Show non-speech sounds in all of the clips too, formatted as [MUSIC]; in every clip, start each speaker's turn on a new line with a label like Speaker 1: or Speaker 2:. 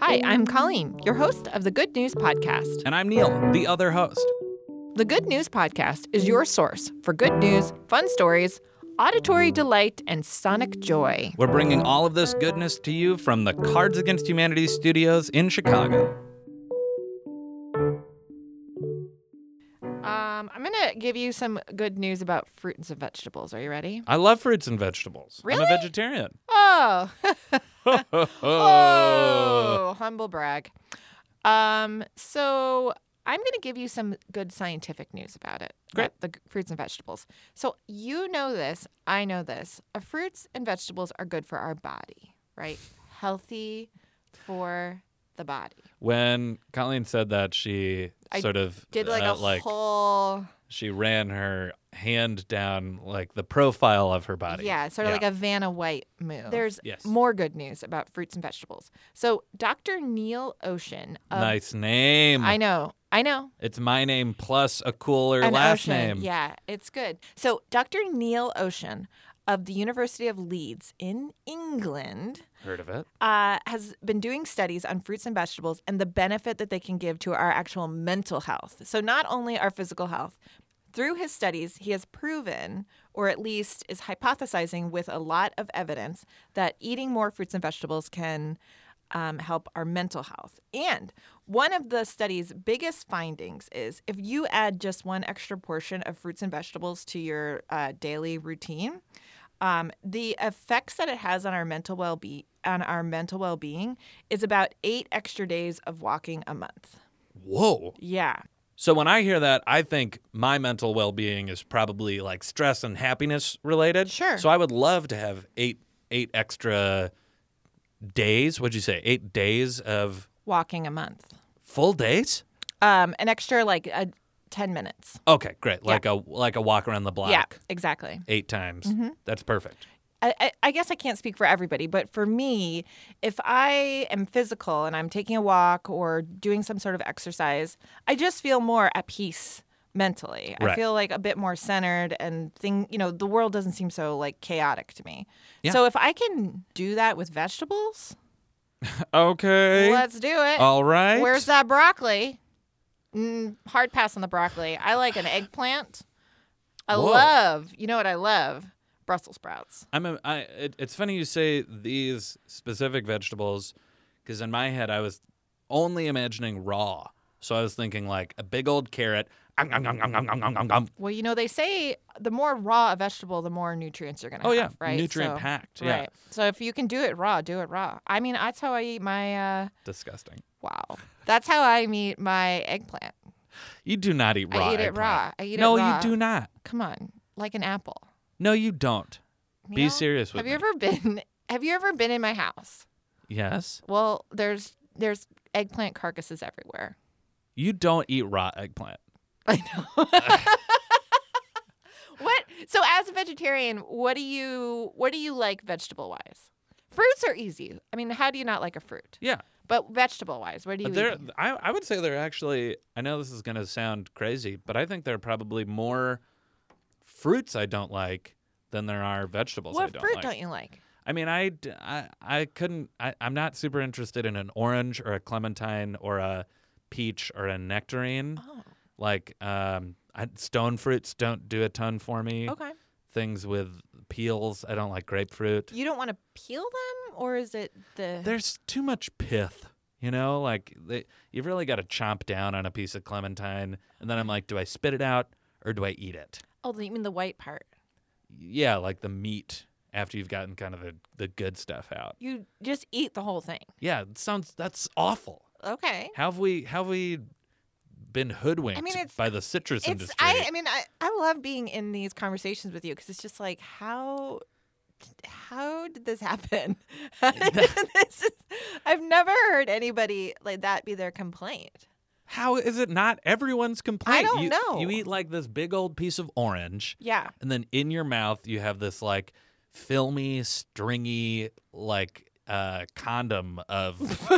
Speaker 1: Hi, I'm Colleen, your host of the Good News Podcast.
Speaker 2: And I'm Neil, the other host.
Speaker 1: The Good News Podcast is your source for good news, fun stories, auditory delight, and sonic joy.
Speaker 2: We're bringing all of this goodness to you from the Cards Against Humanity studios in Chicago.
Speaker 1: Um, I'm going to give you some good news about fruits and vegetables. Are you ready?
Speaker 2: I love fruits and vegetables. I'm
Speaker 1: Really?
Speaker 2: a vegetarian. [LAUGHS]
Speaker 1: Oh, [LAUGHS]
Speaker 2: oh.
Speaker 1: oh, humble brag. Um, so I'm going to give you some good scientific news about it.
Speaker 2: Great.
Speaker 1: about The g- fruits and vegetables. So you know this, I know this. Uh, fruits and vegetables are good for our body, right? Healthy for the body.
Speaker 2: When Colleen said that, she
Speaker 1: I
Speaker 2: sort of
Speaker 1: Did like
Speaker 2: uh,
Speaker 1: a whole
Speaker 2: she ran her hand down like the profile of her body.
Speaker 1: Yeah, sort of like a Vanna White move. There's
Speaker 2: Yes.
Speaker 1: more good news about fruits and vegetables. So Dr. Neil Ocean of
Speaker 2: nice name.
Speaker 1: I know. I know.
Speaker 2: It's my name plus a cooler
Speaker 1: An
Speaker 2: last
Speaker 1: ocean.
Speaker 2: name.
Speaker 1: Yeah, it's good. So, Dr. Neil Ocean of the University of Leeds in England
Speaker 2: Heard of it?
Speaker 1: uh, has been doing studies on fruits and vegetables and the benefit that they can give to our actual mental health. So, not only our physical health, through his studies, he has proven, or at least is hypothesizing with a lot of evidence, that eating more fruits and vegetables can um, help our mental health. And one of the study's biggest findings is if you add just one extra portion of fruits and vegetables to your uh, daily routine, um, the effects that it has on our mental well be on our mental well being is about eight extra days of walking a month.
Speaker 2: Whoa.
Speaker 1: Yeah.
Speaker 2: So when I hear that, I think my mental well-being is probably like stress and happiness related.
Speaker 1: Sure.
Speaker 2: So I would love to have eight eight extra days. What'd you say? Eight days of
Speaker 1: Walking a month.
Speaker 2: full days?
Speaker 1: Um, an extra like uh, ten minutes.
Speaker 2: Okay, great. Like a like a walk around the block.
Speaker 1: Yeah, Mm-hmm. exactly.
Speaker 2: Eight times. That's perfect.
Speaker 1: I, I- I guess I can't speak for everybody, but for me, if I am physical and I'm taking a walk or doing some sort of exercise, I just feel more at peace mentally. I
Speaker 2: Right.
Speaker 1: feel like a bit more centered and thing, you know, the world doesn't seem so like chaotic to me.
Speaker 2: Yeah.
Speaker 1: So if I can do that with vegetables,
Speaker 2: Okay.
Speaker 1: let's do it.
Speaker 2: All right.
Speaker 1: Where's that broccoli? Mm, hard pass on the broccoli. I like an eggplant. I
Speaker 2: Whoa.
Speaker 1: love, you know what I love? Brussels sprouts.
Speaker 2: I'm a, I, it, it's funny you say these specific vegetables because in my head I was only imagining raw. So I was thinking like a big old carrot. Um, um, um, um, um, um, um, um, um.
Speaker 1: Well, you know, they say the more raw a vegetable, the more nutrients you're going to
Speaker 2: Oh
Speaker 1: have.
Speaker 2: yeah,
Speaker 1: Right.
Speaker 2: nutrient
Speaker 1: So-
Speaker 2: packed. Yeah,
Speaker 1: Right. So if you can do it raw, do it raw. I mean, that's how I eat my, uh,
Speaker 2: disgusting.
Speaker 1: wow. That's how I eat my eggplant.
Speaker 2: You do not eat raw.
Speaker 1: I eat it raw.
Speaker 2: eggplant.
Speaker 1: I eat
Speaker 2: no,
Speaker 1: it raw.
Speaker 2: you do not.
Speaker 1: Come on. Like an apple.
Speaker 2: No, you don't. Be
Speaker 1: Neil,
Speaker 2: serious with
Speaker 1: Have
Speaker 2: me.
Speaker 1: you ever been, [LAUGHS] have you ever been in my house?
Speaker 2: yes,
Speaker 1: Well, there's, there's eggplant carcasses everywhere.
Speaker 2: you don't eat raw eggplant.
Speaker 1: I know. what? So, as a vegetarian, what do you what do you like vegetable wise? Fruits are easy. I mean, how do you not like a fruit?
Speaker 2: Yeah,
Speaker 1: But vegetable wise, what do you?
Speaker 2: but they're.
Speaker 1: eat?
Speaker 2: I, I would say they're actually. I know this is gonna sound crazy, but I think there are probably more fruits I don't like than there are vegetables I
Speaker 1: What
Speaker 2: don't
Speaker 1: fruit
Speaker 2: like.
Speaker 1: don't you like?
Speaker 2: I mean, I, d- I, I couldn't. I, I'm not super interested in an orange or a clementine or a peach or a nectarine.
Speaker 1: Oh,
Speaker 2: Like um, I, stone fruits don't do a ton for me.
Speaker 1: okay.
Speaker 2: Things with peels, I don't like grapefruit.
Speaker 1: You don't want to peel them, or is it the?
Speaker 2: There's too much pith. You know, like they, you've really got to chomp down on a piece of clementine, and then I'm like, do I spit it out or do I eat it?
Speaker 1: oh, you mean the white part?
Speaker 2: Yeah, like the meat after you've gotten kind of the, the good stuff out.
Speaker 1: You just eat the whole thing.
Speaker 2: Yeah, it sounds that's awful.
Speaker 1: Okay.
Speaker 2: How have we how have we been hoodwinked
Speaker 1: I mean, it's-
Speaker 2: by the citrus
Speaker 1: It's.
Speaker 2: industry?
Speaker 1: I. I mean, I. I love being in these conversations with you because it's just like how. How did this happen? [LAUGHS] this is, I've never heard anybody like that be their complaint.
Speaker 2: How is it not everyone's complaint?
Speaker 1: don't
Speaker 2: you,
Speaker 1: know.
Speaker 2: You eat like this big old piece of orange,
Speaker 1: Yeah.
Speaker 2: and then in your mouth you have this like filmy, stringy, like uh, condom
Speaker 1: [LAUGHS]
Speaker 2: of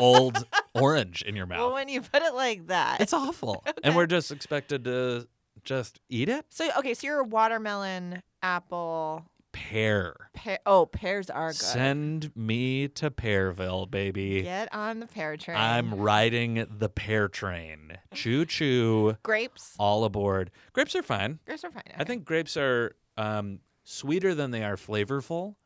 Speaker 2: old orange in your mouth.
Speaker 1: Well, when you put it like that. [LAUGHS]
Speaker 2: it's awful, and we're just expected to just eat it.
Speaker 1: so okay, so you're a watermelon, apple,
Speaker 2: pear.
Speaker 1: Pear, oh, pears are good.
Speaker 2: Send me to Pearville, baby.
Speaker 1: Get on the pear train.
Speaker 2: I'm riding the pear train. Choo choo,
Speaker 1: grapes.
Speaker 2: all aboard. Grapes are fine.
Speaker 1: Grapes are fine.
Speaker 2: I think grapes are um, sweeter than they are flavorful.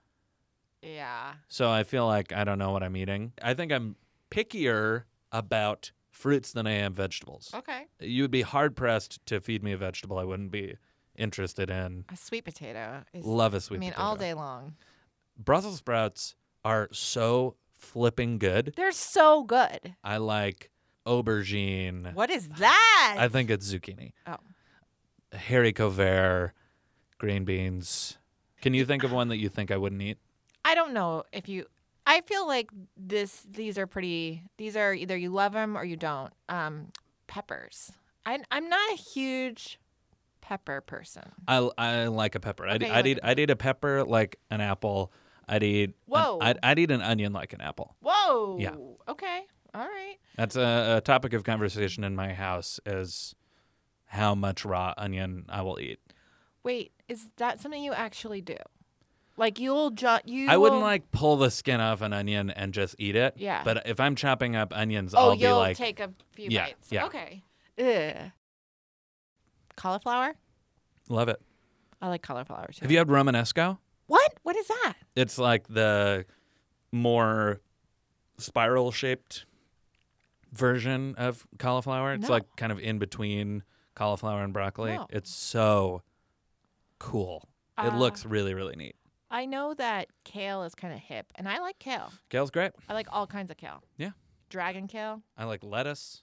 Speaker 1: okay. Yeah.
Speaker 2: So I feel like I don't know what I'm eating. I think I'm pickier about fruits than I am vegetables.
Speaker 1: Okay.
Speaker 2: You would be hard pressed to feed me a vegetable I wouldn't be interested in.
Speaker 1: A sweet potato is.
Speaker 2: Love a
Speaker 1: I
Speaker 2: sweet
Speaker 1: mean,
Speaker 2: potato.
Speaker 1: all day long.
Speaker 2: Brussels sprouts are so flipping good.
Speaker 1: They're so good.
Speaker 2: I like aubergine.
Speaker 1: What is that?
Speaker 2: I think it's zucchini.
Speaker 1: Oh.
Speaker 2: Haricot vert, green beans. Can you think of one that you think I wouldn't eat?
Speaker 1: I don't know if you. I feel like this. These are pretty. These are either you love them or you don't. Um, peppers. I, I'm not a huge pepper person.
Speaker 2: I, I like a pepper. I'd,
Speaker 1: Okay, you
Speaker 2: I'd
Speaker 1: like
Speaker 2: eat
Speaker 1: a
Speaker 2: I'd eat a pepper like an apple. I'd eat an-
Speaker 1: Whoa.
Speaker 2: I'd, I'd eat an onion like an apple.
Speaker 1: Whoa. Okay. All right.
Speaker 2: That's a, a topic of conversation in my house is how much raw onion I will eat.
Speaker 1: Wait, is that something you actually do? Like you'll ju- you.
Speaker 2: I wouldn't
Speaker 1: will-
Speaker 2: like pull the skin off an onion and just eat it.
Speaker 1: Yeah.
Speaker 2: But if I'm chopping up onions,
Speaker 1: Oh,
Speaker 2: I'll be
Speaker 1: you'll
Speaker 2: like,
Speaker 1: take a few
Speaker 2: Yeah,
Speaker 1: bites.
Speaker 2: yeah.
Speaker 1: Okay. Ugh. Cauliflower.
Speaker 2: love it.
Speaker 1: I like cauliflower too.
Speaker 2: Have you had Romanesco?
Speaker 1: what? What is that?
Speaker 2: It's like the more spiral shaped version of cauliflower. It's
Speaker 1: No.
Speaker 2: like kind of in between cauliflower and broccoli.
Speaker 1: No.
Speaker 2: It's so cool. it
Speaker 1: Uh,
Speaker 2: looks really, really neat.
Speaker 1: I know that kale is kind of hip, and I like kale.
Speaker 2: Kale's great.
Speaker 1: I like all kinds of kale.
Speaker 2: Yeah.
Speaker 1: Dragon kale,
Speaker 2: I like lettuce.